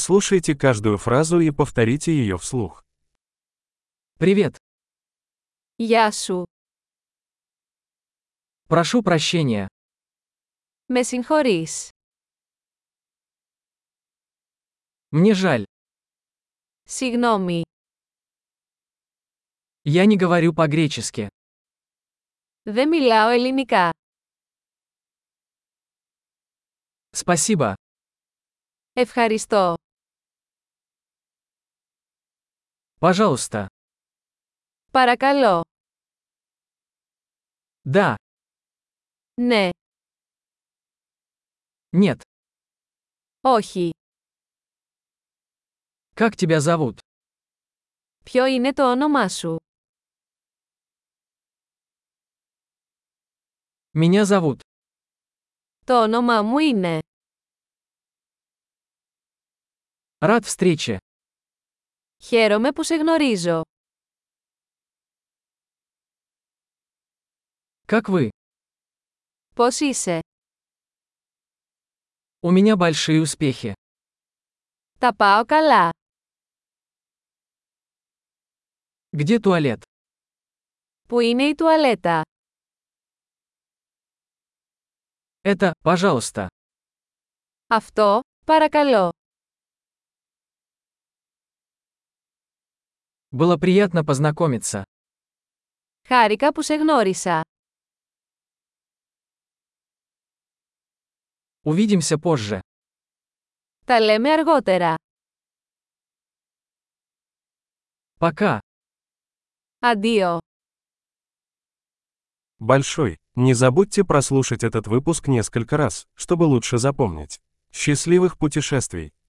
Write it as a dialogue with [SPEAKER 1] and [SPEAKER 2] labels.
[SPEAKER 1] Прослушайте каждую фразу и повторите ее вслух.
[SPEAKER 2] Привет.
[SPEAKER 3] Γεια σου.
[SPEAKER 2] Прошу прощения.
[SPEAKER 3] Με συγχωρείς.
[SPEAKER 2] Мне жаль.
[SPEAKER 3] Συγγνώμη.
[SPEAKER 2] Я не говорю по-гречески.
[SPEAKER 3] Δεν μιλάω ελληνικά.
[SPEAKER 2] Спасибо.
[SPEAKER 3] Ευχαριστώ.
[SPEAKER 2] Пожалуйста.
[SPEAKER 3] Παρακαλώ.
[SPEAKER 2] Да.
[SPEAKER 3] Ναι.
[SPEAKER 2] Нет.
[SPEAKER 3] Όχι.
[SPEAKER 2] Как тебя зовут?
[SPEAKER 3] Ποιο είναι το όνομά σου?
[SPEAKER 2] Меня зовут.
[SPEAKER 3] Το όνομά μου είναι.
[SPEAKER 2] Рад встрече.
[SPEAKER 3] Χαίρομαι που σε γνωρίζω.
[SPEAKER 2] Как вы?
[SPEAKER 3] Πώς είσαι?
[SPEAKER 2] У меня большие успехи.
[SPEAKER 3] Τα πάω καλά.
[SPEAKER 2] Где туалет?
[SPEAKER 3] Πού είναι η τουαλέτα?
[SPEAKER 2] Это, пожалуйста.
[SPEAKER 3] Αυτό, παρακαλώ.
[SPEAKER 2] Было приятно познакомиться.
[SPEAKER 3] Χάρηκα που σε γνώρισα.
[SPEAKER 2] Увидимся позже.
[SPEAKER 3] Τα λέμε αργότερα.
[SPEAKER 2] Пока.
[SPEAKER 3] Αντίο.
[SPEAKER 1] Большой. Не забудьте прослушать этот выпуск несколько раз, чтобы лучше запомнить. Счастливых путешествий!